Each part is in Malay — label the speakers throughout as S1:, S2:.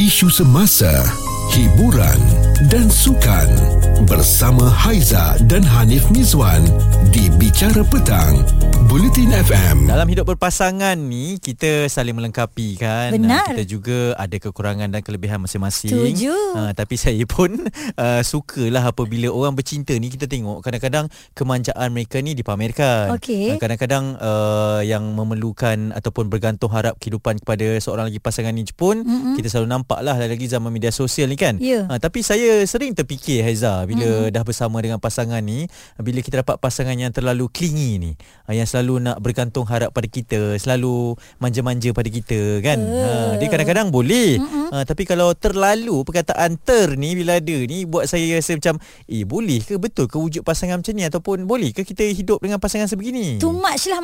S1: isu semasa, hiburan dan sukan bersama Haiza dan Hanif Mizwan di Bicara Petang, Bulletin FM.
S2: Dalam hidup berpasangan ni kita saling melengkapi kan. Ah,
S3: Benar.
S2: Kita juga ada kekurangan dan kelebihan masing-masing.
S3: Setuju.
S2: Ah, tapi saya pun uh, sukalah apabila orang bercinta ni kita tengok kadang-kadang kemanjaan mereka ni dipamerkan.
S3: Okey.
S2: Ah, kadang-kadang uh, yang memerlukan ataupun bergantung harap kehidupan kepada seorang lagi pasangan ni pun mm-hmm. kita selalu nampak lah lagi zaman media sosial ni kan.
S3: Ya.
S2: Ah, tapi saya sering terfikir Haiza bila mm-hmm. dah bersama dengan pasangan ni bila kita dapat pasangan yang terlalu clingy ni ah, yang selalu nak bergantung harap pada kita selalu manja-manja pada kita kan. Uh. dia kadang-kadang boleh mm-hmm. tapi kalau terlalu perkataan ter ni bila ada ni buat saya rasa macam eh boleh ke betul ke wujud pasangan macam ni ataupun boleh ke kita hidup dengan pasangan sebegini.
S3: Too much lah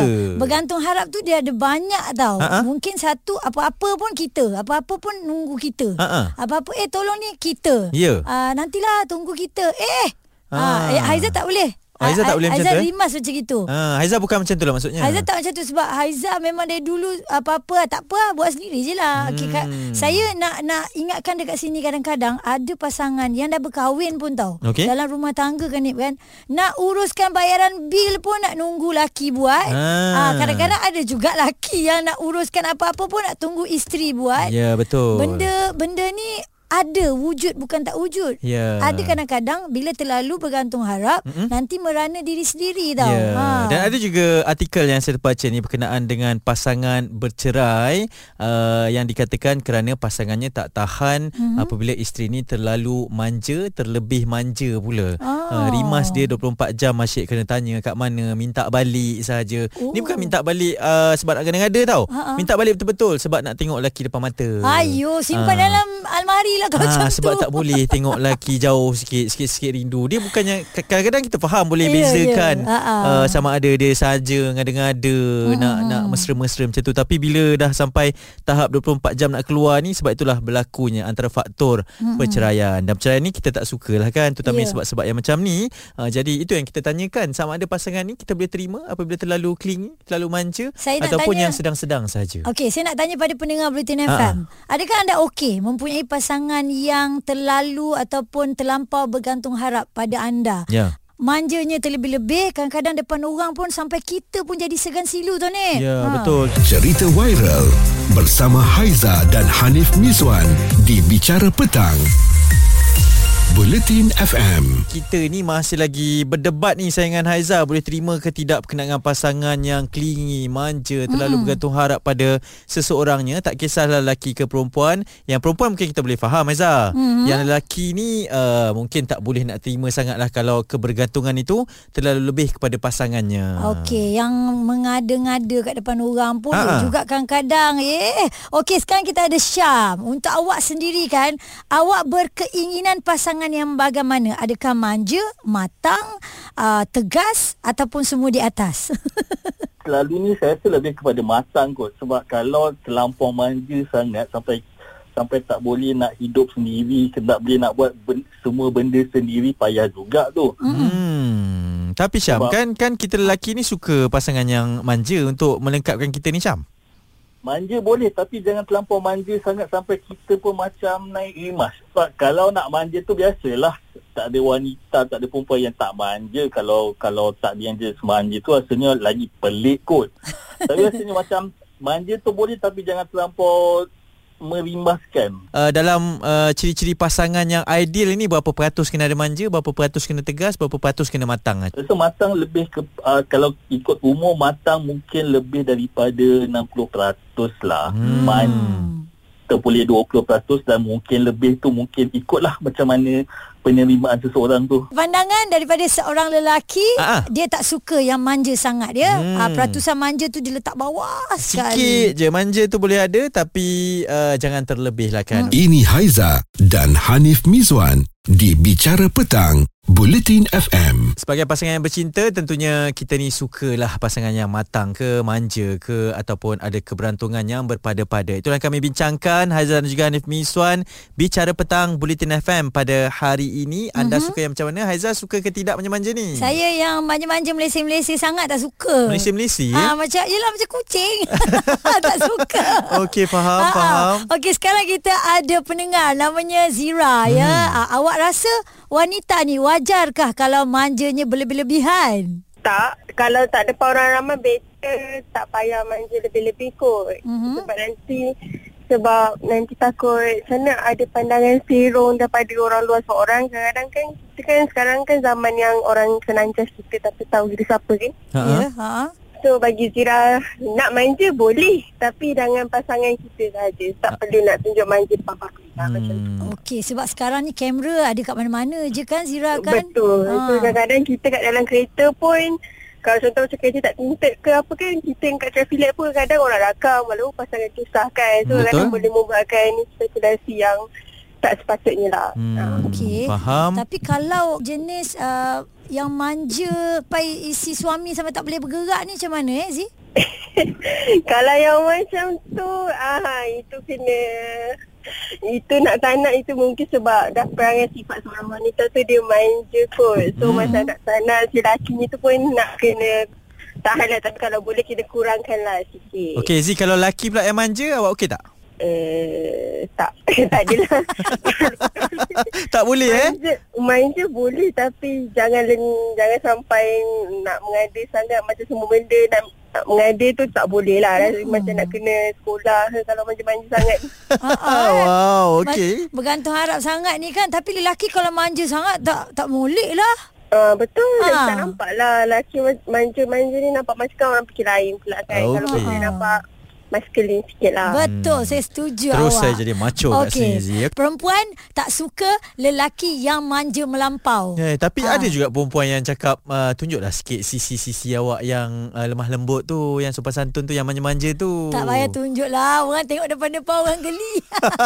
S2: Ya. Ha,
S3: Bergantung harap tu dia ada banyak tau.
S2: Ha-ha.
S3: Mungkin satu apa-apa pun kita. Apa-apa pun nunggu kita.
S2: Ha-ha.
S3: Apa-apa eh tolong ni kita.
S2: Ha. Ya.
S3: Ah, nantilah tunggu kita. Eh.
S2: Ah.
S3: Ah. eh Haiza tak boleh. Ah,
S2: Haiza tak boleh macam
S3: Haiza
S2: tu, eh?
S3: rimas macam gitu.
S2: Ha, Haizah bukan macam tu lah maksudnya.
S3: Haiza tak macam tu sebab Haiza memang dari dulu apa-apa tak apa lah, buat sendiri je lah. Okay, Kak,
S2: Hmm.
S3: saya nak nak ingatkan dekat sini kadang-kadang ada pasangan yang dah berkahwin pun tau.
S2: Okey.
S3: Dalam rumah tangga kan Nip kan. Nak uruskan bayaran bil pun nak nunggu laki buat.
S2: Ah.
S3: Ah, kadang-kadang ada juga laki yang nak uruskan apa-apa pun nak tunggu isteri buat.
S2: Ya, betul.
S3: Benda benda ni ada wujud bukan tak wujud.
S2: Ya.
S3: Ada kadang-kadang bila terlalu bergantung harap mm nanti merana diri sendiri tau. Ha.
S2: Ya.
S3: Ah.
S2: Dan ada juga artikel yang saya terbaca ni berkenaan dengan pasangan bercerai uh, yang dikatakan kerana pasangannya tak tahan
S3: Mhm.
S2: mm-hmm. apabila isteri ni terlalu manja, terlebih manja pula.
S3: Oh.
S2: Uh, rimas dia 24 jam asyik kena tanya kat mana, minta balik saja. Ni
S3: Oh.
S2: bukan minta balik uh, sebab nak ada tau.
S3: Ha-ha.
S2: Minta balik betul-betul sebab nak tengok lelaki depan mata.
S3: Ayo simpan
S2: Ah.
S3: dalam almari lah kalau
S2: Ah,
S3: macam
S2: sebab
S3: tu.
S2: tak boleh tengok lelaki jauh sikit sikit-sikit rindu. Dia bukannya kadang-kadang kita faham boleh
S3: Ya, ya.
S2: bezakan
S3: Ha, ha.
S2: Uh, sama ada dia saja ngada-ngada nak nak mesra-mesra macam tu. Tapi bila dah sampai tahap 24 jam nak keluar ni sebab itulah berlakunya antara faktor perceraian. Dan perceraian ni kita tak sukalah kan terutamanya
S3: Ya.
S2: sebab-sebab yang macam ni. Uh, jadi itu yang kita tanyakan sama ada pasangan ni kita boleh terima apabila terlalu clingy, terlalu manja
S3: Saya nak
S2: ataupun
S3: tanya-
S2: yang sedang-sedang saja.
S3: Okey, saya nak tanya pada pendengar Bulletin
S2: Ha.
S3: FM. Adakah anda okey mempunyai pasangan yang terlalu ataupun terlampau bergantung harap pada anda?
S2: Ya.
S3: Manjanya terlebih-lebih, kadang-kadang depan orang pun sampai kita pun jadi segan silu tu ni.
S2: Ya, betul.
S1: Cerita viral bersama Haiza dan Hanif Mizwan di Bicara Petang. Bulletin FM.
S2: kita ni masih lagi berdebat ni saya dengan Haiza boleh terima ke tidak berkenaan dengan pasangan yang clingy, manja, terlalu mm. bergantung harap pada seseorangnya, tak kisahlah lelaki ke perempuan. Yang perempuan mungkin kita boleh faham Haiza. Mm-hmm. Yang lelaki ni uh, mungkin tak boleh nak terima sangatlah kalau kebergantungan itu terlalu lebih kepada pasangannya.
S3: Okey, yang mengada-ngada kat depan orang pun
S2: Ha.
S3: ha. juga kadang-kadang. Eh, okey sekarang kita ada Syam. Untuk awak sendiri kan, awak berkeinginan pasangan yang bagaimana? Adakah manja, matang, uh, tegas ataupun semua di atas?
S4: selalu ni saya rasa lebih kepada matang kot sebab kalau terlampau manja sangat sampai sampai tak boleh nak hidup sendiri tak boleh nak buat ben, semua benda sendiri payah juga tu
S2: Hmm. Tapi Syam
S4: Sebab-
S2: kan kan kita lelaki ni suka pasangan yang manja untuk melengkapkan kita ni Syam.
S4: manja boleh tapi jangan terlampau manja sangat sampai kita pun macam naik rimas sebab kalau nak manja tu biasalah tak ada wanita tak ada perempuan yang tak manja kalau kalau tak dia yang je semanja tu rasanya lagi pelik kot tapi rasanya macam manja tu boleh tapi jangan terlampau merimaskan
S2: uh, dalam uh, ciri-ciri pasangan yang ideal ini berapa peratus kena ada manja, berapa peratus kena tegas, berapa peratus kena matang? eh?
S4: Rasa matang lebih ke uh, kalau ikut umur matang mungkin lebih daripada 60% lah.
S2: Hmm.
S4: Hmm. Mata boleh 20% dan mungkin lebih tu mungkin ikutlah macam mana penerimaan seseorang tu.
S3: Pandangan daripada seorang lelaki,
S2: Ha.
S3: dia tak suka yang manja sangat ya.
S2: Hmm.
S3: Hmm. Uh, peratusan manja tu dia letak bawah sekali.
S2: Sikit je manja tu boleh ada tapi uh, jangan terlebih lah kan.
S3: Hmm.
S1: Ini Haiza dan Hanif Mizwan di Bicara Petang, Bulletin FM.
S2: Sebagai pasangan yang bercinta tentunya kita ni sukalah pasangan yang matang ke manja ke ataupun ada keberuntungan yang berpada-pada. Itulah yang kami bincangkan Haizan dan juga Hanif Miswan bicara petang Bulletin FM pada hari hari ini anda uh-huh. suka yang macam mana? Haiza suka ke tidak manja-manja ni?
S3: Mhm. Saya yang manja-manja Malaysia-Malaysia sangat tak suka.
S2: Malaysia-Malaysia. ya?
S3: Ah macam yelah macam kucing. tak suka.
S2: Okey faham
S3: Ah, ah.
S2: faham.
S3: Okey sekarang kita ada pendengar namanya Zira hmm. ya. Ah, awak rasa wanita ni wajarkah kalau manjanya berlebih-lebihan?
S5: Tak, kalau tak ada orang ramai better tak payah manja lebih-lebih kot.
S3: Mhm.
S5: Mm-hmm. Sebab nanti sebab nanti takut sana ada pandangan serong daripada orang luar sebab orang kadang-kadang kan kita kan sekarang kan zaman yang orang senancas kita tapi tahu kita siapa kan.
S2: Ha.
S3: Ya, ha.
S5: So bagi Zira nak manja boleh tapi dengan pasangan kita saja. Tak perlu nak tunjuk manja papa kita hmm. macam tu.
S2: Hmm.
S3: Okey sebab sekarang ni kamera ada kat mana-mana je kan Zira kan?
S5: Betul. Ha. So
S3: Ah.
S5: kadang-kadang kita kat dalam kereta pun kalau contoh macam kereta tak tinted ke apa kan kita yang kat traffic light pun kadang orang rakam walaupun pasangan susah kan. So
S2: Betul.
S5: kadang boleh membuatkan spekulasi yang tak sepatutnya lah.
S2: Hmm.
S3: Okey.
S2: Faham.
S3: Tapi kalau jenis uh, yang manja pai isi suami sampai tak boleh bergerak ni macam mana eh Zee?
S5: kalau yang macam tu ah itu kena itu nak tak nak itu mungkin sebab dah perangai sifat seorang wanita tu dia manja kot. So hmm. masa nak tak nak si lelaki ni tu pun nak kena tahan lah tapi kalau boleh kena kurangkan lah sikit.
S2: Okey Zee kalau lelaki pula yang manja awak okey tak?
S5: Eh, tak. tak lah. adalah.
S2: tak boleh eh?
S5: Manja, manja boleh tapi jangan len- jangan sampai nak mengada sangat macam semua benda nak, nak mengada tu tak boleh lah. Rasa
S2: Hmm.
S5: Macam nak kena sekolah ke kalau manja-manja sangat.
S2: Ah, wow, okey.
S3: Ma- eh. Bergantung harap sangat ni kan Tapi lelaki kalau manja sangat tak tak molek lah
S5: Uh, betul
S3: Ah.
S5: ha. tak nampak lah lelaki ma- manja-manja ni nampak macam orang fikir lain pula kan.
S2: Ah,
S5: Kalau
S2: okey.
S5: boleh nampak maskulin sikit lah.
S3: Betul saya setuju
S2: Ah. Terus
S3: awak
S2: saya jadi macho kat
S3: Okey.
S2: sini, Zee. ya.
S3: Perempuan tak suka lelaki yang manja melampau
S2: Eh, tapi
S3: Ah.
S2: ada juga perempuan yang cakap uh, tunjuklah sikit sisi-sisi awak yang uh, lemah lembut tu, yang sopan santun tu, yang manja-manja tu.
S3: Tak payah tunjuk lah Orang tengok depan-depan orang geli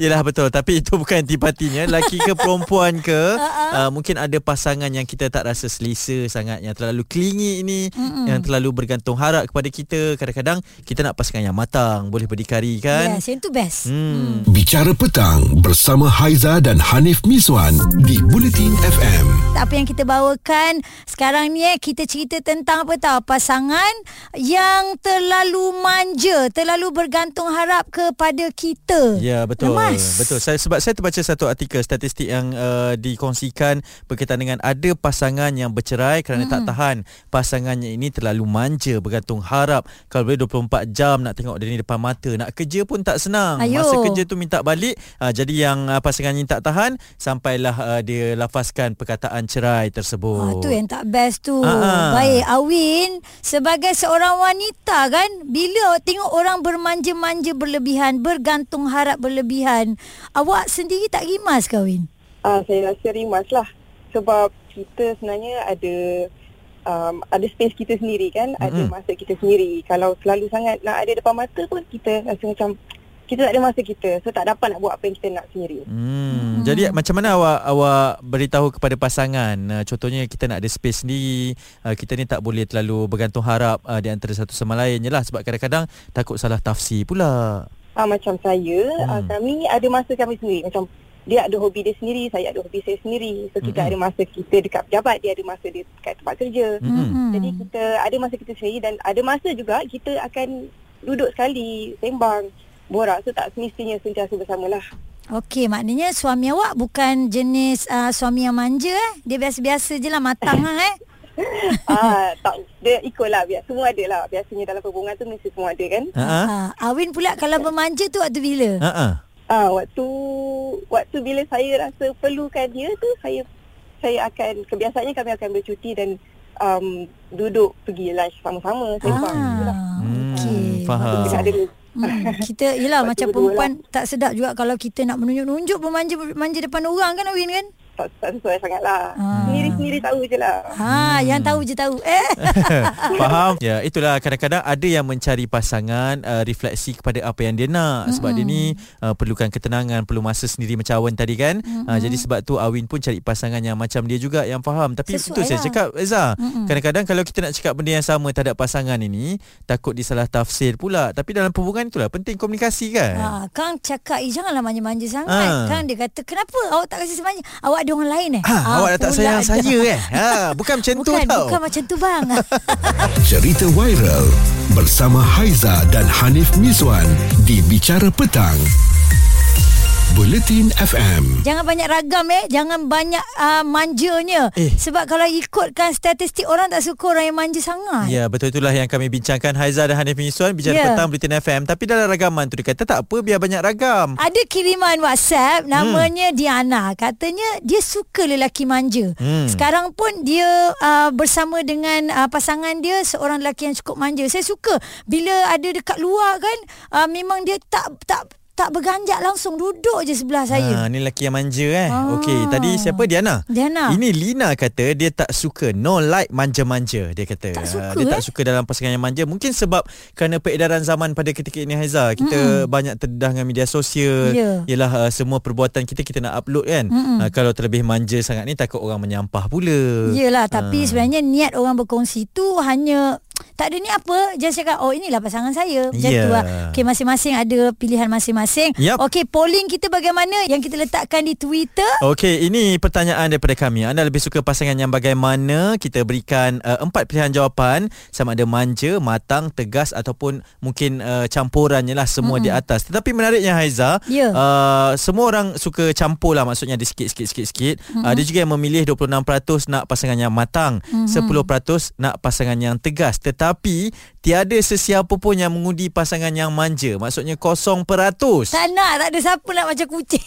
S2: Yelah betul Tapi itu bukan antipatinya Lelaki ke perempuan ke uh, Mungkin ada pasangan yang kita tak rasa selesa sangat Yang terlalu clingy ini Mm-mm. Yang terlalu bergantung harap kepada kita Kadang-kadang kita nak pasangan yang matang Boleh berdikari kan
S3: Yes yang tu best
S2: Hmm.
S1: Bicara Petang bersama Haiza dan Hanif Miswan di Bulletin FM.
S3: Tak apa yang kita bawakan sekarang ni eh kita cerita tentang apa tahu pasangan yang terlalu manja, terlalu bergantung harap kepada kita.
S2: Ya betul
S3: Lemas.
S2: betul saya sebab saya terbaca satu artikel statistik yang uh, dikongsikan berkaitan dengan ada pasangan yang bercerai kerana
S3: Hmm.
S2: mm-hmm. tak tahan pasangannya ini terlalu manja bergantung harap kalau boleh 24 jam nak tengok dia ni depan mata nak kerja pun tak senang
S3: Ayo.
S2: masa kerja tu minta balik uh, jadi yang uh, pasangan ini tak tahan sampailah uh, dia lafazkan perkataan cerai
S3: Ah,
S2: tersebut
S3: tu yang tak best tu.
S2: Ah, ah.
S3: Baik Awin, sebagai seorang wanita kan, bila awak tengok orang bermanja-manja berlebihan, bergantung harap berlebihan, awak sendiri tak rimas ke Awin?
S5: Ah, saya rasa rimas lah. Sebab kita sebenarnya ada um, ada space kita sendiri kan. Mm-hmm. Ada masa kita sendiri. Kalau selalu sangat nak ada depan mata pun kita rasa macam kita tak ada masa kita. So tak dapat nak buat apa yang kita nak sendiri.
S2: Hmm. Jadi macam mana awak awak beritahu kepada pasangan? Uh, contohnya kita nak ada space sendiri, uh, kita ni tak boleh terlalu bergantung harap uh, di antara satu sama lain je lah sebab kadang-kadang takut salah tafsir pula.
S5: Ah, macam saya, hmm. ah, kami ada masa kami sendiri. Macam dia ada hobi dia sendiri, saya ada hobi saya sendiri. So kita hmm. ada masa kita dekat pejabat, dia ada masa dia dekat tempat kerja. Hmm.
S3: Hmm.
S5: Jadi kita ada masa kita sendiri dan ada masa juga kita akan duduk sekali, sembang, borak. So tak semestinya sentiasa bersamalah.
S3: Okey, maknanya suami awak bukan jenis uh, suami yang manja eh. Dia biasa-biasa je lah, matang lah eh.
S5: ah, tak, dia ikut lah. Biasa, semua ada lah. Biasanya dalam hubungan tu mesti semua ada kan.
S2: Ha ah.
S3: Ha, Awin pula kalau bermanja tu waktu bila?
S2: Ha ah.
S5: Ah, waktu waktu bila saya rasa perlukan dia tu saya saya akan kebiasaannya kami akan bercuti dan um, duduk pergi lunch sama-sama sembang. Ah.
S2: Hmm,
S3: okey.
S2: faham.
S5: Kita ada
S3: Hmm, kita yelah
S5: Waktu
S3: macam
S5: berdua
S3: perempuan tak sedap juga kalau kita nak menunjuk-nunjuk bermanja manja depan orang kan Awin kan?
S5: tak, tak sesuai sangat lah.
S3: Ah.
S5: Sendiri-sendiri tahu je lah.
S3: Ha,
S2: Hmm.
S3: yang tahu je tahu. Eh.
S2: Faham? Ya, itulah kadang-kadang ada yang mencari pasangan uh, refleksi kepada apa yang dia nak mm-hmm. sebab dia ni uh, perlukan ketenangan, perlu masa sendiri macam Awan tadi kan. Mm-hmm. Uh, jadi sebab tu Awin pun cari pasangan yang macam dia juga yang faham. Tapi
S3: Sesuai
S2: Sesuai itu saya
S3: lah.
S2: cakap Ezra, mm-hmm. kadang-kadang kalau kita nak cakap benda yang sama terhadap pasangan ini, takut disalah tafsir pula. Tapi dalam hubungan itulah penting komunikasi kan.
S3: Ah. Ha, Kang cakap eh, janganlah manja-manja sangat.
S2: Ah.
S3: Kang dia kata kenapa awak tak kasi semanja? Awak awak ada orang lain eh?
S2: Ha, awak dah tak
S3: pula
S2: sayang
S3: ada.
S2: saya eh. Ha, bukan macam tu
S3: Bukan,
S2: tau.
S3: bukan macam tu bang.
S1: Cerita viral bersama Haiza dan Hanif Miswan di Bicara Petang. Bulletin FM.
S3: Jangan banyak ragam eh. Jangan banyak uh, manjanya.
S2: Eh.
S3: Eh. Sebab kalau ikutkan statistik orang tak suka orang yang manja sangat.
S2: Ya, betul itulah yang kami bincangkan Haiza dan Hanif Miswan bicara
S3: Ya.
S2: yeah. petang Britain FM. Tapi dalam ragaman tu dia kata tak apa biar banyak ragam.
S3: Ada kiriman WhatsApp namanya hmm. Diana. Katanya dia suka lelaki manja.
S2: Hmm.
S3: Hmm. Sekarang pun dia uh, bersama dengan uh, pasangan dia seorang lelaki yang cukup manja. Saya suka bila ada dekat luar kan uh, memang dia tak tak tak berganjak langsung duduk je sebelah
S2: Ha,
S3: saya.
S2: ni lelaki yang manja eh.
S3: Ah.
S2: Okey, tadi siapa Diana?
S3: Diana.
S2: Ini Lina kata dia tak suka no like manja-manja dia kata.
S3: Tak
S2: Ah,
S3: suka,
S2: dia
S3: eh?
S2: tak suka dalam pasangan yang manja. Mungkin sebab kerana peredaran zaman pada ketika ini Haiza, kita mm banyak terdedah dengan media sosial.
S3: Ya.
S2: Yalah uh, semua perbuatan kita kita nak upload kan. Uh, kalau terlebih manja sangat ni takut orang menyampah pula.
S3: Yelah tapi sebenarnya niat orang berkongsi tu hanya tak ada ni apa Just cakap oh inilah pasangan saya Macam
S2: Ya.
S3: tu lah Okay masing-masing ada pilihan masing-masing
S2: Yap.
S3: Okay polling kita bagaimana Yang kita letakkan di Twitter
S2: Okey, ini pertanyaan daripada kami. Anda lebih suka pasangan yang bagaimana? Kita berikan uh, empat pilihan jawapan sama ada manja, matang, tegas ataupun mungkin uh, campurannya lah semua mm-hmm. di atas. Tetapi menariknya Haiza,
S3: Ya.
S2: uh, semua orang suka campur lah maksudnya dia sikit-sikit-sikit-sikit. Mm-hmm. Uh, dia juga yang memilih 26% nak pasangan yang matang, mm-hmm. 10% nak pasangan yang tegas. Tetapi tiada sesiapa pun yang mengundi pasangan yang manja. Maksudnya 0%.
S3: Tak nak tak ada siapa nak macam kucing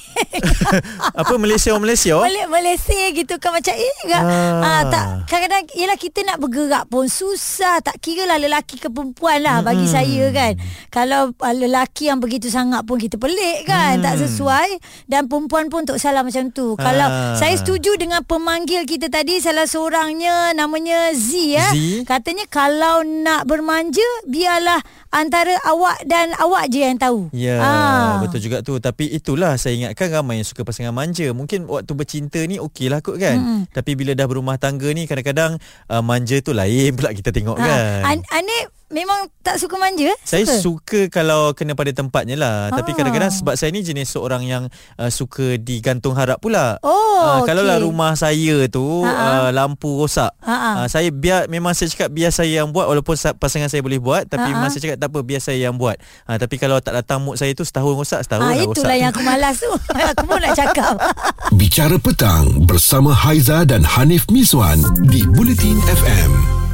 S2: Apa Malaysia orang Malaysia?
S3: Balik Malaysia gitu kan Macam eh gak,
S2: Oh. Ah.
S3: ah. tak, Kadang-kadang Yelah kita nak bergerak pun Susah Tak kira lah lelaki ke perempuan lah Bagi saya kan Kalau ah, lelaki yang begitu sangat pun Kita pelik kan Tak sesuai Dan perempuan pun tak salah macam tu Kalau
S2: Ah.
S3: saya setuju dengan pemanggil kita tadi Salah seorangnya Namanya Z ya.
S2: Z.
S3: Katanya kalau nak bermanja Biarlah antara awak dan awak je yang tahu
S2: Ya,
S3: Ah.
S2: ha. betul juga tu. Tapi itulah saya ingatkan ramai yang suka pasangan manja. Mungkin waktu bercinta ni okey lah kot kan. Mm. Tapi bila dah berumah tangga ni kadang-kadang uh, manja tu lain pula kita tengok ha. kan.
S3: Ha. An- Anip memang tak suka manja? eh?
S2: saya suka kalau kena pada tempatnya lah. Ha. Tapi
S3: Ah.
S2: kadang-kadang sebab saya ni jenis seorang yang uh, suka digantung harap pula.
S3: Oh,
S2: kalau lah
S3: okey.
S2: rumah saya tu
S3: Ha-ha.
S2: uh, lampu rosak.
S3: Ha-ha.
S2: Uh, saya biar memang saya cakap biar saya yang buat walaupun sa- pasangan saya boleh buat tapi
S3: Ha-ha.
S2: memang saya cakap tak apa biar saya yang buat. Uh, tapi kalau tak datang mood saya tu setahun rosak setahun lah
S3: Ah,
S2: rosak.
S3: itulah yang aku malas tu. aku pun nak cakap.
S1: Bicara Petang bersama Haiza dan Hanif Miswan di Bulletin FM.